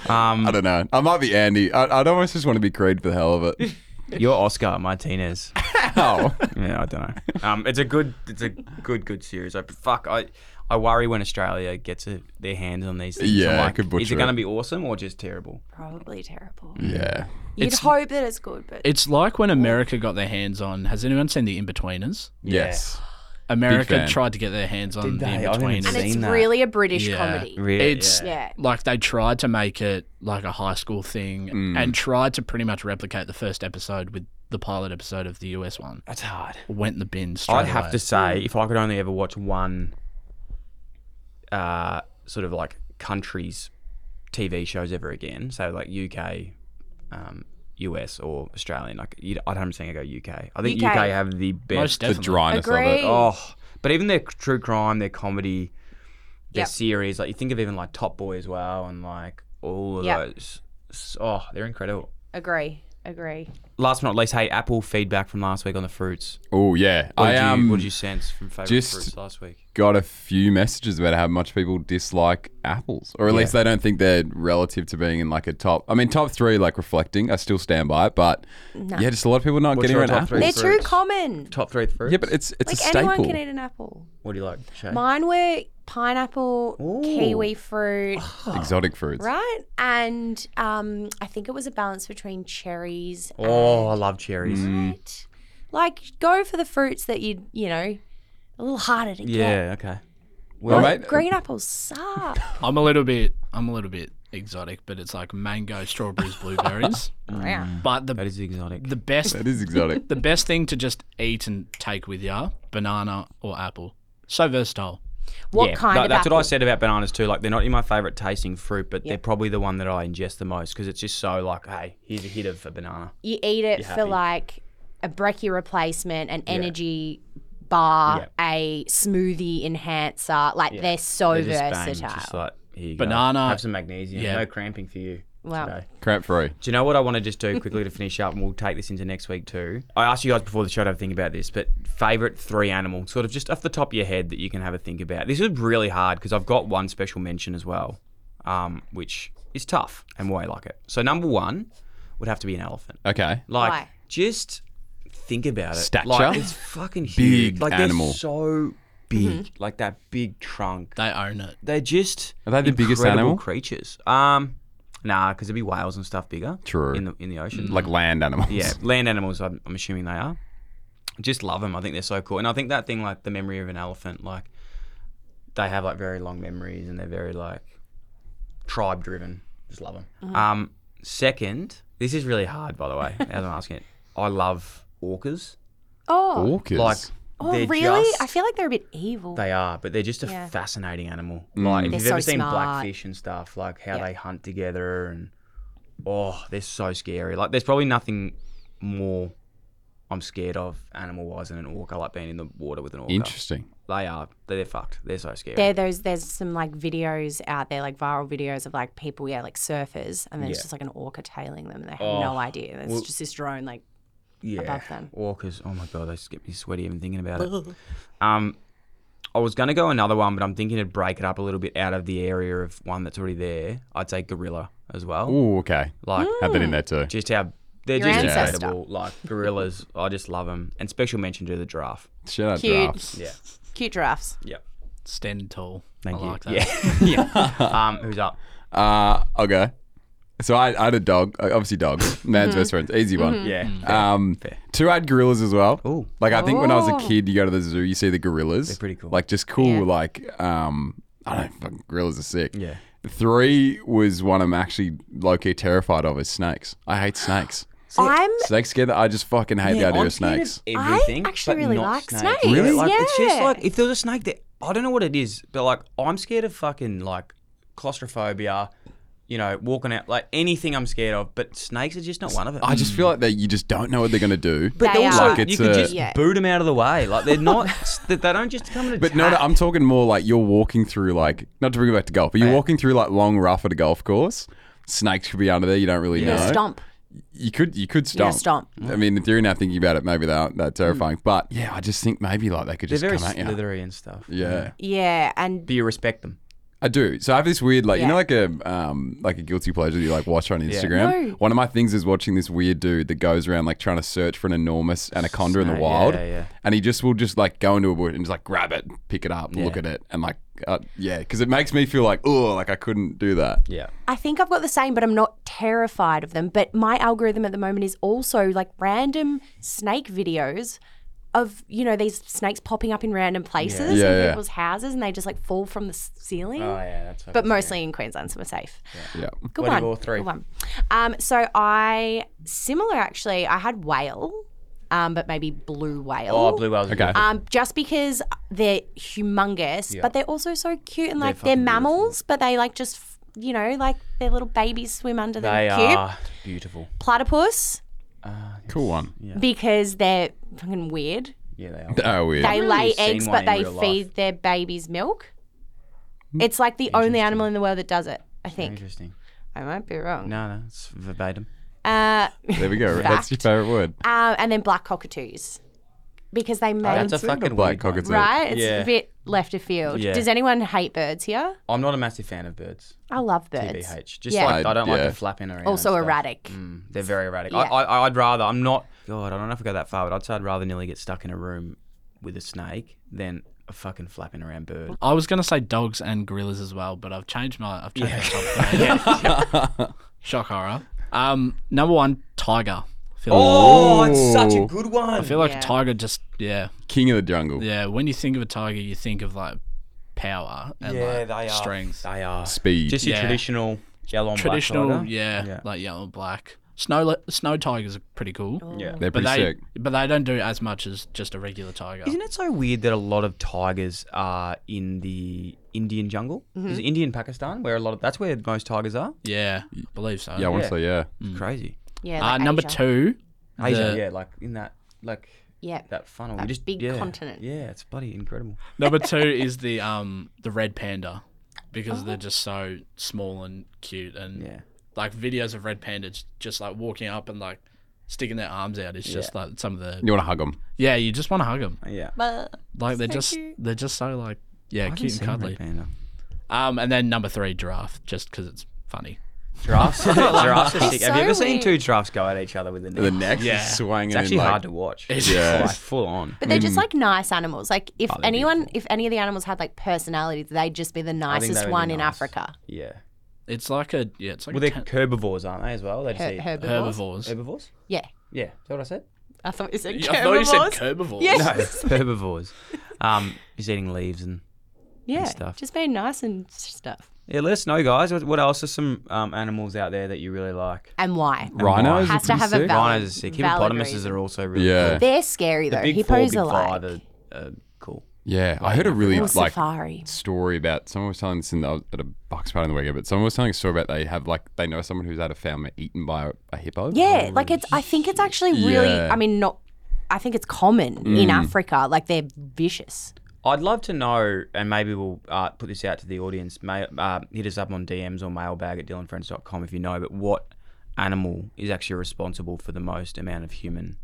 [SPEAKER 1] um,
[SPEAKER 3] don't know. I might be Andy. I, I'd almost just want to be Creed for the hell of it.
[SPEAKER 1] you're Oscar Martinez.
[SPEAKER 3] oh,
[SPEAKER 1] Yeah, I don't know. Um, it's a good, it's a good, good series. I fuck, I, I worry when Australia gets a, their hands on these things. I'm
[SPEAKER 3] Yeah, it
[SPEAKER 1] like,
[SPEAKER 3] could
[SPEAKER 1] Is
[SPEAKER 3] butcher
[SPEAKER 1] it going to
[SPEAKER 3] it.
[SPEAKER 1] be awesome or just terrible?
[SPEAKER 4] Probably terrible.
[SPEAKER 3] yeah.
[SPEAKER 4] You'd hope that it's good, but
[SPEAKER 2] It's like when America got their hands on. Has anyone seen the Inbetweeners?
[SPEAKER 3] Yes.
[SPEAKER 2] America
[SPEAKER 3] fan.
[SPEAKER 2] tried to get their hands on
[SPEAKER 1] Did they?
[SPEAKER 2] the
[SPEAKER 1] I haven't
[SPEAKER 2] Inbetweeners.
[SPEAKER 4] and
[SPEAKER 1] seen
[SPEAKER 4] it's
[SPEAKER 1] that.
[SPEAKER 4] really a British
[SPEAKER 2] Yeah.
[SPEAKER 4] comedy.
[SPEAKER 1] Really?
[SPEAKER 2] It's
[SPEAKER 1] yeah.
[SPEAKER 4] Yeah.
[SPEAKER 2] like they tried to make it like a high school thing
[SPEAKER 1] Mm.
[SPEAKER 2] and tried to pretty much replicate the first episode with the pilot episode of the US one.
[SPEAKER 1] that's hard.
[SPEAKER 2] Went in the bin straight
[SPEAKER 1] I'd have
[SPEAKER 2] away.
[SPEAKER 1] to say, if I could only ever watch one, uh, sort of like countries TV shows ever again, so like UK, um, US or Australian, like you'd, I'd 100% go UK. I think
[SPEAKER 4] UK.
[SPEAKER 1] UK, have the best.
[SPEAKER 2] Most
[SPEAKER 3] The
[SPEAKER 2] definitely.
[SPEAKER 3] dryness of
[SPEAKER 4] Agree.
[SPEAKER 3] it.
[SPEAKER 1] Oh, but even their true crime, their comedy, their
[SPEAKER 4] Yep.
[SPEAKER 1] series, like you think of even like Top Boy as well, and like all of
[SPEAKER 4] Yep.
[SPEAKER 1] those. S- Oh, they're incredible.
[SPEAKER 4] Agree. Agree.
[SPEAKER 1] Last but not least, hey, Apple feedback from last week on the fruits.
[SPEAKER 3] Oh, yeah.
[SPEAKER 1] What
[SPEAKER 3] I
[SPEAKER 1] did, you,
[SPEAKER 3] um,
[SPEAKER 1] what did you sense from favorite
[SPEAKER 3] just-
[SPEAKER 1] fruits last week?
[SPEAKER 3] got a few messages about how much people dislike apples, or at least they don't think they're relative to being in like a top. I mean, top three, like reflecting, I still stand by it, but yeah, just a lot of people not
[SPEAKER 1] What's
[SPEAKER 3] getting
[SPEAKER 1] your
[SPEAKER 3] around
[SPEAKER 1] top
[SPEAKER 3] apples.
[SPEAKER 1] three?
[SPEAKER 4] They're
[SPEAKER 1] Fruits.
[SPEAKER 4] too common.
[SPEAKER 1] Top three fruits.
[SPEAKER 3] Yeah, but it's it's a
[SPEAKER 4] Like
[SPEAKER 3] staple.
[SPEAKER 4] anyone can eat an apple.
[SPEAKER 1] what do you like? Shay?
[SPEAKER 4] Mine were pineapple,
[SPEAKER 1] Ooh.
[SPEAKER 4] kiwi fruit,
[SPEAKER 3] Exotic fruits.
[SPEAKER 4] right? And um, I think it was a balance between cherries.
[SPEAKER 1] oh, I love cherries.
[SPEAKER 4] and- Like, go for the fruits that you, you know, a little harder to get.
[SPEAKER 1] Yeah. Okay.
[SPEAKER 3] Well,
[SPEAKER 4] Like,
[SPEAKER 3] mate,
[SPEAKER 4] green apples suck.
[SPEAKER 2] I'm a little bit I'm a little bit exotic, but it's like mango, strawberries, blueberries.
[SPEAKER 1] Mm.
[SPEAKER 4] Yeah.
[SPEAKER 2] but the
[SPEAKER 1] That is exotic.
[SPEAKER 2] the best
[SPEAKER 3] that is exotic.
[SPEAKER 2] the best thing to just eat and take with you, banana or apple. So versatile.
[SPEAKER 4] What
[SPEAKER 1] Yeah,
[SPEAKER 4] kind
[SPEAKER 1] that-
[SPEAKER 4] of
[SPEAKER 1] That's
[SPEAKER 4] apple?
[SPEAKER 1] what I said about bananas too. Like they're not in my favorite tasting fruit, but they're probably the one that I ingest the most because it's just so like, hey, here's a hit of a banana.
[SPEAKER 4] You eat it for
[SPEAKER 1] happy.
[SPEAKER 4] like a brekkie replacement, an energy bar,
[SPEAKER 1] Yeah.
[SPEAKER 4] a smoothie enhancer. Like, they're so
[SPEAKER 1] They're just bang,
[SPEAKER 4] versatile.
[SPEAKER 1] just like, here you
[SPEAKER 2] Banana.
[SPEAKER 1] Go. Have some magnesium.
[SPEAKER 2] Yeah.
[SPEAKER 1] No cramping for you.
[SPEAKER 4] Wow.
[SPEAKER 1] today.
[SPEAKER 3] Crap free.
[SPEAKER 1] Do you know what I want to just do quickly to finish up, and we'll take this into next week too. I asked you guys before the show to have a think about this, but favorite three animal, sort of just off the top of your head that you can have a think about. This is really hard because I've got one special mention as well, um, which is tough and why I like it. So number one would have to be an elephant.
[SPEAKER 3] Okay.
[SPEAKER 1] Like
[SPEAKER 4] Why?
[SPEAKER 1] just think about it.
[SPEAKER 3] Stature?
[SPEAKER 1] Like it's fucking huge.
[SPEAKER 3] Big
[SPEAKER 1] like
[SPEAKER 3] animal.
[SPEAKER 1] they're so big. Like that big trunk.
[SPEAKER 2] They own it.
[SPEAKER 1] They're just
[SPEAKER 3] Are they the biggest
[SPEAKER 1] incredible
[SPEAKER 3] animal?
[SPEAKER 1] creatures. Um Nah, because it'd be whales and stuff bigger.
[SPEAKER 3] True.
[SPEAKER 1] In the in the ocean.
[SPEAKER 3] like land animals.
[SPEAKER 1] Yeah, land animals. I'm, I'm assuming they are. Just love them. I think they're so cool. And I think that thing, like the memory of an elephant, like they have like very long memories and they're very like tribe driven. Just love them.
[SPEAKER 4] Uh-huh.
[SPEAKER 1] Um, second, this is really hard, by the way. as I'm asking it, I love orcas.
[SPEAKER 4] Oh,
[SPEAKER 3] Orcas.
[SPEAKER 1] Like,
[SPEAKER 4] oh,
[SPEAKER 1] they're
[SPEAKER 4] really?
[SPEAKER 1] Just,
[SPEAKER 4] I feel like they're a bit evil.
[SPEAKER 1] they are, but they're just a
[SPEAKER 4] Yeah.
[SPEAKER 1] fascinating animal. Like if
[SPEAKER 4] Mm. They're
[SPEAKER 1] you've
[SPEAKER 4] so
[SPEAKER 1] ever seen
[SPEAKER 4] smart.
[SPEAKER 1] blackfish and stuff, like how
[SPEAKER 4] Yeah.
[SPEAKER 1] they hunt together and oh, they're so scary. Like there's probably nothing more I'm scared of animal wise than an orca, like being in the water with an orca.
[SPEAKER 3] Interesting.
[SPEAKER 1] They are they're fucked. They're so scary.
[SPEAKER 4] There, there's there's some like videos out there, like viral videos of like people, yeah, like surfers, and then it's
[SPEAKER 1] Yeah.
[SPEAKER 4] just like an orca tailing them. and They have
[SPEAKER 1] Oh,
[SPEAKER 4] no idea. There's
[SPEAKER 1] well-
[SPEAKER 4] just this drone, like
[SPEAKER 1] yeah.
[SPEAKER 4] above them.
[SPEAKER 1] Orcas. Oh my god, they just get me sweaty even thinking about it. Um, I was gonna go another one, but I'm thinking to break it up a little bit out of the area of one that's already there. I'd say gorilla as well.
[SPEAKER 3] Ooh, okay.
[SPEAKER 1] Like
[SPEAKER 3] Had that in there too.
[SPEAKER 1] just how they're
[SPEAKER 4] Your
[SPEAKER 1] just
[SPEAKER 4] ancestor.
[SPEAKER 1] incredible. Like gorillas, I just love them. And special mention to the giraffe.
[SPEAKER 3] Shout out
[SPEAKER 4] Cute.
[SPEAKER 3] drafts.
[SPEAKER 1] Yeah,
[SPEAKER 4] cute giraffes.
[SPEAKER 1] yeah.
[SPEAKER 2] Stand tall.
[SPEAKER 1] Thank
[SPEAKER 2] I
[SPEAKER 1] you.
[SPEAKER 2] like that.
[SPEAKER 1] Yeah, yeah. Um, who's up?
[SPEAKER 3] Uh, I'll go. So I, I had a dog. Uh, Obviously, dogs. Man's
[SPEAKER 4] Mm-hmm.
[SPEAKER 3] best friends. Easy one.
[SPEAKER 1] Yeah.
[SPEAKER 3] Um, two eyed gorillas as well.
[SPEAKER 1] Ooh.
[SPEAKER 3] Like I think when I was a
[SPEAKER 1] Oh.
[SPEAKER 4] Ooh.
[SPEAKER 3] kid, you go to the zoo, you see the gorillas. They're
[SPEAKER 1] pretty cool.
[SPEAKER 3] Like just cool. Like um, I don't know, fucking gorillas are sick.
[SPEAKER 1] Yeah.
[SPEAKER 3] Three was one I'm actually low key terrified of is snakes. I hate snakes.
[SPEAKER 4] I'm
[SPEAKER 3] snakes scare the I just fucking hate the idea
[SPEAKER 1] I'm
[SPEAKER 3] of
[SPEAKER 1] scared
[SPEAKER 3] snakes.
[SPEAKER 1] everything,
[SPEAKER 4] I actually
[SPEAKER 1] but
[SPEAKER 4] really
[SPEAKER 1] not
[SPEAKER 4] like
[SPEAKER 1] snakes.
[SPEAKER 4] snakes. Really?
[SPEAKER 1] Like, It's just
[SPEAKER 4] Yeah.
[SPEAKER 1] like if there was a snake that I don't know what it is, but like I'm scared of fucking like claustrophobia. You know, walking out like anything I'm scared of, but snakes are just not one of it.
[SPEAKER 3] I just feel like that you just don't know what they're gonna do.
[SPEAKER 1] but
[SPEAKER 4] They
[SPEAKER 1] also,
[SPEAKER 4] are.
[SPEAKER 3] Like,
[SPEAKER 1] you
[SPEAKER 3] it's
[SPEAKER 1] can
[SPEAKER 3] a-
[SPEAKER 1] just
[SPEAKER 4] Yeah.
[SPEAKER 1] boot them out of the way. Like they're not, they they don't just come and
[SPEAKER 3] But no, no, I'm talking more like you're walking through like not to bring it back to golf, but you're walking through like long rough at a golf course. Snakes could be under there. You don't really know.
[SPEAKER 4] stomp.
[SPEAKER 3] You could you could
[SPEAKER 4] gonna
[SPEAKER 3] stomp.
[SPEAKER 4] stomp. Mm.
[SPEAKER 3] I mean, in theory, now thinking about it, maybe they aren't that terrifying. But yeah, I just think maybe like they could
[SPEAKER 1] they're
[SPEAKER 3] just
[SPEAKER 1] very
[SPEAKER 3] come at you.
[SPEAKER 1] slithery and stuff.
[SPEAKER 3] Yeah,
[SPEAKER 4] Yeah, and
[SPEAKER 1] But you respect them.
[SPEAKER 3] I do. So I have this weird like you
[SPEAKER 4] Yeah.
[SPEAKER 3] know like a um like a guilty pleasure you like watch on Instagram.
[SPEAKER 4] No.
[SPEAKER 3] One of my things is watching this weird dude that goes around like trying to search for an enormous anaconda in the
[SPEAKER 1] Snake,
[SPEAKER 3] wild,
[SPEAKER 1] yeah, yeah.
[SPEAKER 3] and he just will just like go into a wood and just like grab it, pick it up, look
[SPEAKER 1] Yeah.
[SPEAKER 3] at it, and like uh, yeah, because it makes me feel like oh like I couldn't do that.
[SPEAKER 1] Yeah.
[SPEAKER 4] I think I've got the same, but I'm not terrified of them. But my algorithm at the moment is also like random snake videos of you know these snakes popping up in random places
[SPEAKER 3] Yeah,
[SPEAKER 4] in
[SPEAKER 3] yeah.
[SPEAKER 4] people's houses, and they just like fall from the s- ceiling.
[SPEAKER 1] Oh yeah, that's.
[SPEAKER 4] but mostly in Queensland, so we're safe.
[SPEAKER 3] Yeah,
[SPEAKER 4] Good
[SPEAKER 1] What do
[SPEAKER 4] one.
[SPEAKER 1] you all three?
[SPEAKER 4] Good one. Um, so I similar actually. I had whale, um, but maybe blue whale.
[SPEAKER 1] Oh, blue whales. are
[SPEAKER 3] Okay.
[SPEAKER 1] good.
[SPEAKER 4] Um, just because they're humongous, but they're also so cute and like they're,
[SPEAKER 1] fucking
[SPEAKER 4] mammals, but they like just f- you know like their little babies swim under them.
[SPEAKER 1] They
[SPEAKER 4] cute.
[SPEAKER 1] are beautiful.
[SPEAKER 4] Platypus
[SPEAKER 3] cool one.
[SPEAKER 4] because they're fucking weird.
[SPEAKER 1] Yeah, they are.
[SPEAKER 3] Oh weird.
[SPEAKER 4] They
[SPEAKER 1] really
[SPEAKER 4] lay
[SPEAKER 1] seen
[SPEAKER 4] eggs,
[SPEAKER 1] one
[SPEAKER 4] but
[SPEAKER 1] in
[SPEAKER 4] they
[SPEAKER 1] real life.
[SPEAKER 4] feed their babies milk. It's like the only animal in the world that does it. I think
[SPEAKER 1] Interesting.
[SPEAKER 4] I might be wrong.
[SPEAKER 1] No, no, it's verbatim.
[SPEAKER 4] Uh,
[SPEAKER 3] there we go. That's your
[SPEAKER 4] Fact.
[SPEAKER 3] favorite word.
[SPEAKER 4] um, and then black cockatoos because they make
[SPEAKER 1] Oh, That's a
[SPEAKER 3] Seen the
[SPEAKER 1] fucking
[SPEAKER 3] black
[SPEAKER 1] weird
[SPEAKER 3] cockatoo.
[SPEAKER 4] right. It's
[SPEAKER 1] Yeah.
[SPEAKER 4] a bit left of field.
[SPEAKER 1] Yeah.
[SPEAKER 4] Does anyone hate birds here?
[SPEAKER 1] one. I'm not a massive fan of birds.
[SPEAKER 4] I love birds.
[SPEAKER 1] BH. Just
[SPEAKER 4] Yeah.
[SPEAKER 1] like I
[SPEAKER 3] I-
[SPEAKER 1] don't like
[SPEAKER 3] yeah.
[SPEAKER 1] the flapping around.
[SPEAKER 4] also
[SPEAKER 1] stuff.
[SPEAKER 4] erratic.
[SPEAKER 1] Mm, they're very erratic.
[SPEAKER 4] Yeah.
[SPEAKER 1] I, I, I'd rather. I'm not. God, I don't know if I go that far, but I'd say I'd rather nearly get stuck in a room with a snake than a fucking flapping around bird.
[SPEAKER 2] I was gonna say dogs and gorillas as well, but I've changed my I've changed my top. Shock horror. Um, number one, tiger. I feel like,
[SPEAKER 1] Oh, it's such a good one.
[SPEAKER 2] I feel like
[SPEAKER 4] Yeah.
[SPEAKER 2] a tiger just yeah
[SPEAKER 3] King of the jungle.
[SPEAKER 2] yeah. When you think of a tiger, you think of like power and
[SPEAKER 1] yeah,
[SPEAKER 2] like
[SPEAKER 1] they are.
[SPEAKER 2] strength.
[SPEAKER 1] They are.
[SPEAKER 3] Speed.
[SPEAKER 1] Just your
[SPEAKER 2] Yeah.
[SPEAKER 1] traditional yellow and black
[SPEAKER 2] Traditional,
[SPEAKER 1] tiger.
[SPEAKER 2] yeah,
[SPEAKER 1] Yeah.
[SPEAKER 2] like yellow and black. Snow li- snow tigers are pretty cool,
[SPEAKER 1] Yeah.
[SPEAKER 3] They're
[SPEAKER 2] but
[SPEAKER 3] pretty
[SPEAKER 2] they
[SPEAKER 3] sick.
[SPEAKER 2] but they don't do as much as just a regular tiger.
[SPEAKER 1] Isn't it so weird that a lot of tigers are in the Indian jungle?
[SPEAKER 4] Mm-hmm.
[SPEAKER 1] Is it Indian Pakistan where a lot of that's where most tigers are?
[SPEAKER 2] Yeah, I believe so.
[SPEAKER 3] Yeah, I want to say yeah.
[SPEAKER 4] Mm.
[SPEAKER 1] It's crazy.
[SPEAKER 4] Yeah.
[SPEAKER 2] uh,
[SPEAKER 4] like
[SPEAKER 2] number
[SPEAKER 4] Asia.
[SPEAKER 2] two,
[SPEAKER 1] Asia,
[SPEAKER 2] the-
[SPEAKER 1] yeah, like in that like
[SPEAKER 4] Yeah.
[SPEAKER 1] that funnel.
[SPEAKER 4] That
[SPEAKER 1] you just,
[SPEAKER 4] big
[SPEAKER 1] yeah,
[SPEAKER 4] continent.
[SPEAKER 1] Yeah, it's bloody incredible.
[SPEAKER 2] Number two is the um the red panda because they're just so small and cute and
[SPEAKER 1] Oh. Yeah.
[SPEAKER 2] like videos of red pandas just like walking up and like sticking their arms out is just like some of the
[SPEAKER 3] You want to hug them.
[SPEAKER 2] yeah you just want to hug them
[SPEAKER 1] Yeah.
[SPEAKER 4] But
[SPEAKER 2] like they're just they're just so like yeah
[SPEAKER 1] I
[SPEAKER 2] cute and cuddly
[SPEAKER 1] panda.
[SPEAKER 2] um and then number three giraffe just because it's funny
[SPEAKER 1] Giraffes, giraffes are sick.
[SPEAKER 4] It's
[SPEAKER 1] Have you ever
[SPEAKER 4] so
[SPEAKER 1] seen
[SPEAKER 4] weird.
[SPEAKER 1] two giraffes go at each other with the neck?
[SPEAKER 3] The neck
[SPEAKER 2] Yeah.
[SPEAKER 3] is swinging.
[SPEAKER 1] it's actually
[SPEAKER 3] in, like,
[SPEAKER 1] hard to watch.
[SPEAKER 2] It's
[SPEAKER 3] Yeah.
[SPEAKER 1] like full on.
[SPEAKER 4] but they're just like nice animals. Like if
[SPEAKER 1] they're
[SPEAKER 4] anyone, if any of the animals had like personalities, they'd just be the
[SPEAKER 1] they
[SPEAKER 4] nicest
[SPEAKER 1] would be
[SPEAKER 4] one in
[SPEAKER 1] nice.
[SPEAKER 4] Africa.
[SPEAKER 1] Yeah.
[SPEAKER 2] It's like a yeah. It's like
[SPEAKER 1] Well,
[SPEAKER 2] a
[SPEAKER 1] they're
[SPEAKER 2] ten-
[SPEAKER 1] herbivores, aren't they, as well? They just
[SPEAKER 4] Her-
[SPEAKER 1] eat
[SPEAKER 4] herbivores.
[SPEAKER 2] herbivores.
[SPEAKER 1] herbivores?
[SPEAKER 4] Yeah.
[SPEAKER 1] Yeah. Is that what I said?
[SPEAKER 4] I thought you said
[SPEAKER 2] I thought you said
[SPEAKER 4] herbivores.
[SPEAKER 2] herbivores.
[SPEAKER 4] Yeah.
[SPEAKER 1] No, herbivores. Um, he's eating leaves and.
[SPEAKER 4] Yeah,
[SPEAKER 1] stuff.
[SPEAKER 4] just being nice and stuff.
[SPEAKER 1] Yeah, let us know, guys. What, what else are some um, animals out there that you really like?
[SPEAKER 4] And why?
[SPEAKER 3] Rhinos?
[SPEAKER 4] Has
[SPEAKER 3] are
[SPEAKER 4] to
[SPEAKER 3] pretty
[SPEAKER 4] have a
[SPEAKER 3] sick.
[SPEAKER 4] val- Valid-
[SPEAKER 1] Rhinos are sick.
[SPEAKER 4] valid
[SPEAKER 1] Hippopotamuses
[SPEAKER 4] reason.
[SPEAKER 1] are also really
[SPEAKER 3] Yeah.
[SPEAKER 1] cool.
[SPEAKER 4] They're scary though.
[SPEAKER 1] The big four,
[SPEAKER 4] Hippos
[SPEAKER 1] big
[SPEAKER 4] are like
[SPEAKER 1] five are, are cool.
[SPEAKER 3] Yeah, I heard a really
[SPEAKER 4] Or
[SPEAKER 3] like
[SPEAKER 4] safari.
[SPEAKER 3] story about someone was telling this in the, at a bucks party in the weekend, but someone was telling a story about they have like they know someone who's had a family eaten by a, a hippo.
[SPEAKER 4] Yeah,
[SPEAKER 1] Mm.
[SPEAKER 4] like it's. I think it's actually really.
[SPEAKER 3] Yeah.
[SPEAKER 4] I mean, not. I think it's common in
[SPEAKER 1] Mm.
[SPEAKER 4] Africa. Like they're vicious.
[SPEAKER 1] I'd love to know, and maybe we'll uh, put this out to the audience. May, uh, hit us up on DMs or mailbag at dylanfriends.com if you know, but what animal is actually responsible for the most amount of human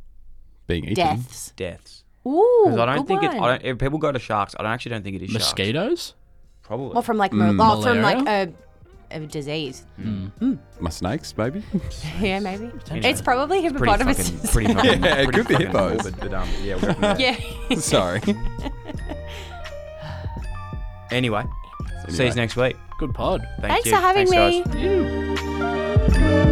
[SPEAKER 3] being eaten.
[SPEAKER 4] Deaths.
[SPEAKER 1] deaths?
[SPEAKER 4] Ooh,
[SPEAKER 1] Because I don't
[SPEAKER 4] good
[SPEAKER 1] think it's. I
[SPEAKER 4] one.
[SPEAKER 1] don't, if people go to sharks, I don't actually don't think it is sharks.
[SPEAKER 2] Mosquitoes.
[SPEAKER 1] Probably.
[SPEAKER 4] Well, from like mar- well, from like a,
[SPEAKER 2] Malaria?
[SPEAKER 4] a disease.
[SPEAKER 3] My snakes, maybe.
[SPEAKER 4] Yeah, maybe. It's probably
[SPEAKER 1] pretty
[SPEAKER 4] hippopotamus.
[SPEAKER 1] fucking. Pretty fucking.
[SPEAKER 3] Yeah, it
[SPEAKER 1] pretty
[SPEAKER 3] could be
[SPEAKER 1] fucking
[SPEAKER 3] hippos.
[SPEAKER 1] morbid, But, um, yeah, we're from there.
[SPEAKER 4] yeah.
[SPEAKER 3] Sorry.
[SPEAKER 1] Anyway, see you next week.
[SPEAKER 2] Good pod.
[SPEAKER 1] Thank
[SPEAKER 4] Thanks
[SPEAKER 1] you.
[SPEAKER 4] for having
[SPEAKER 1] Thanks, guys.
[SPEAKER 4] me.
[SPEAKER 2] You.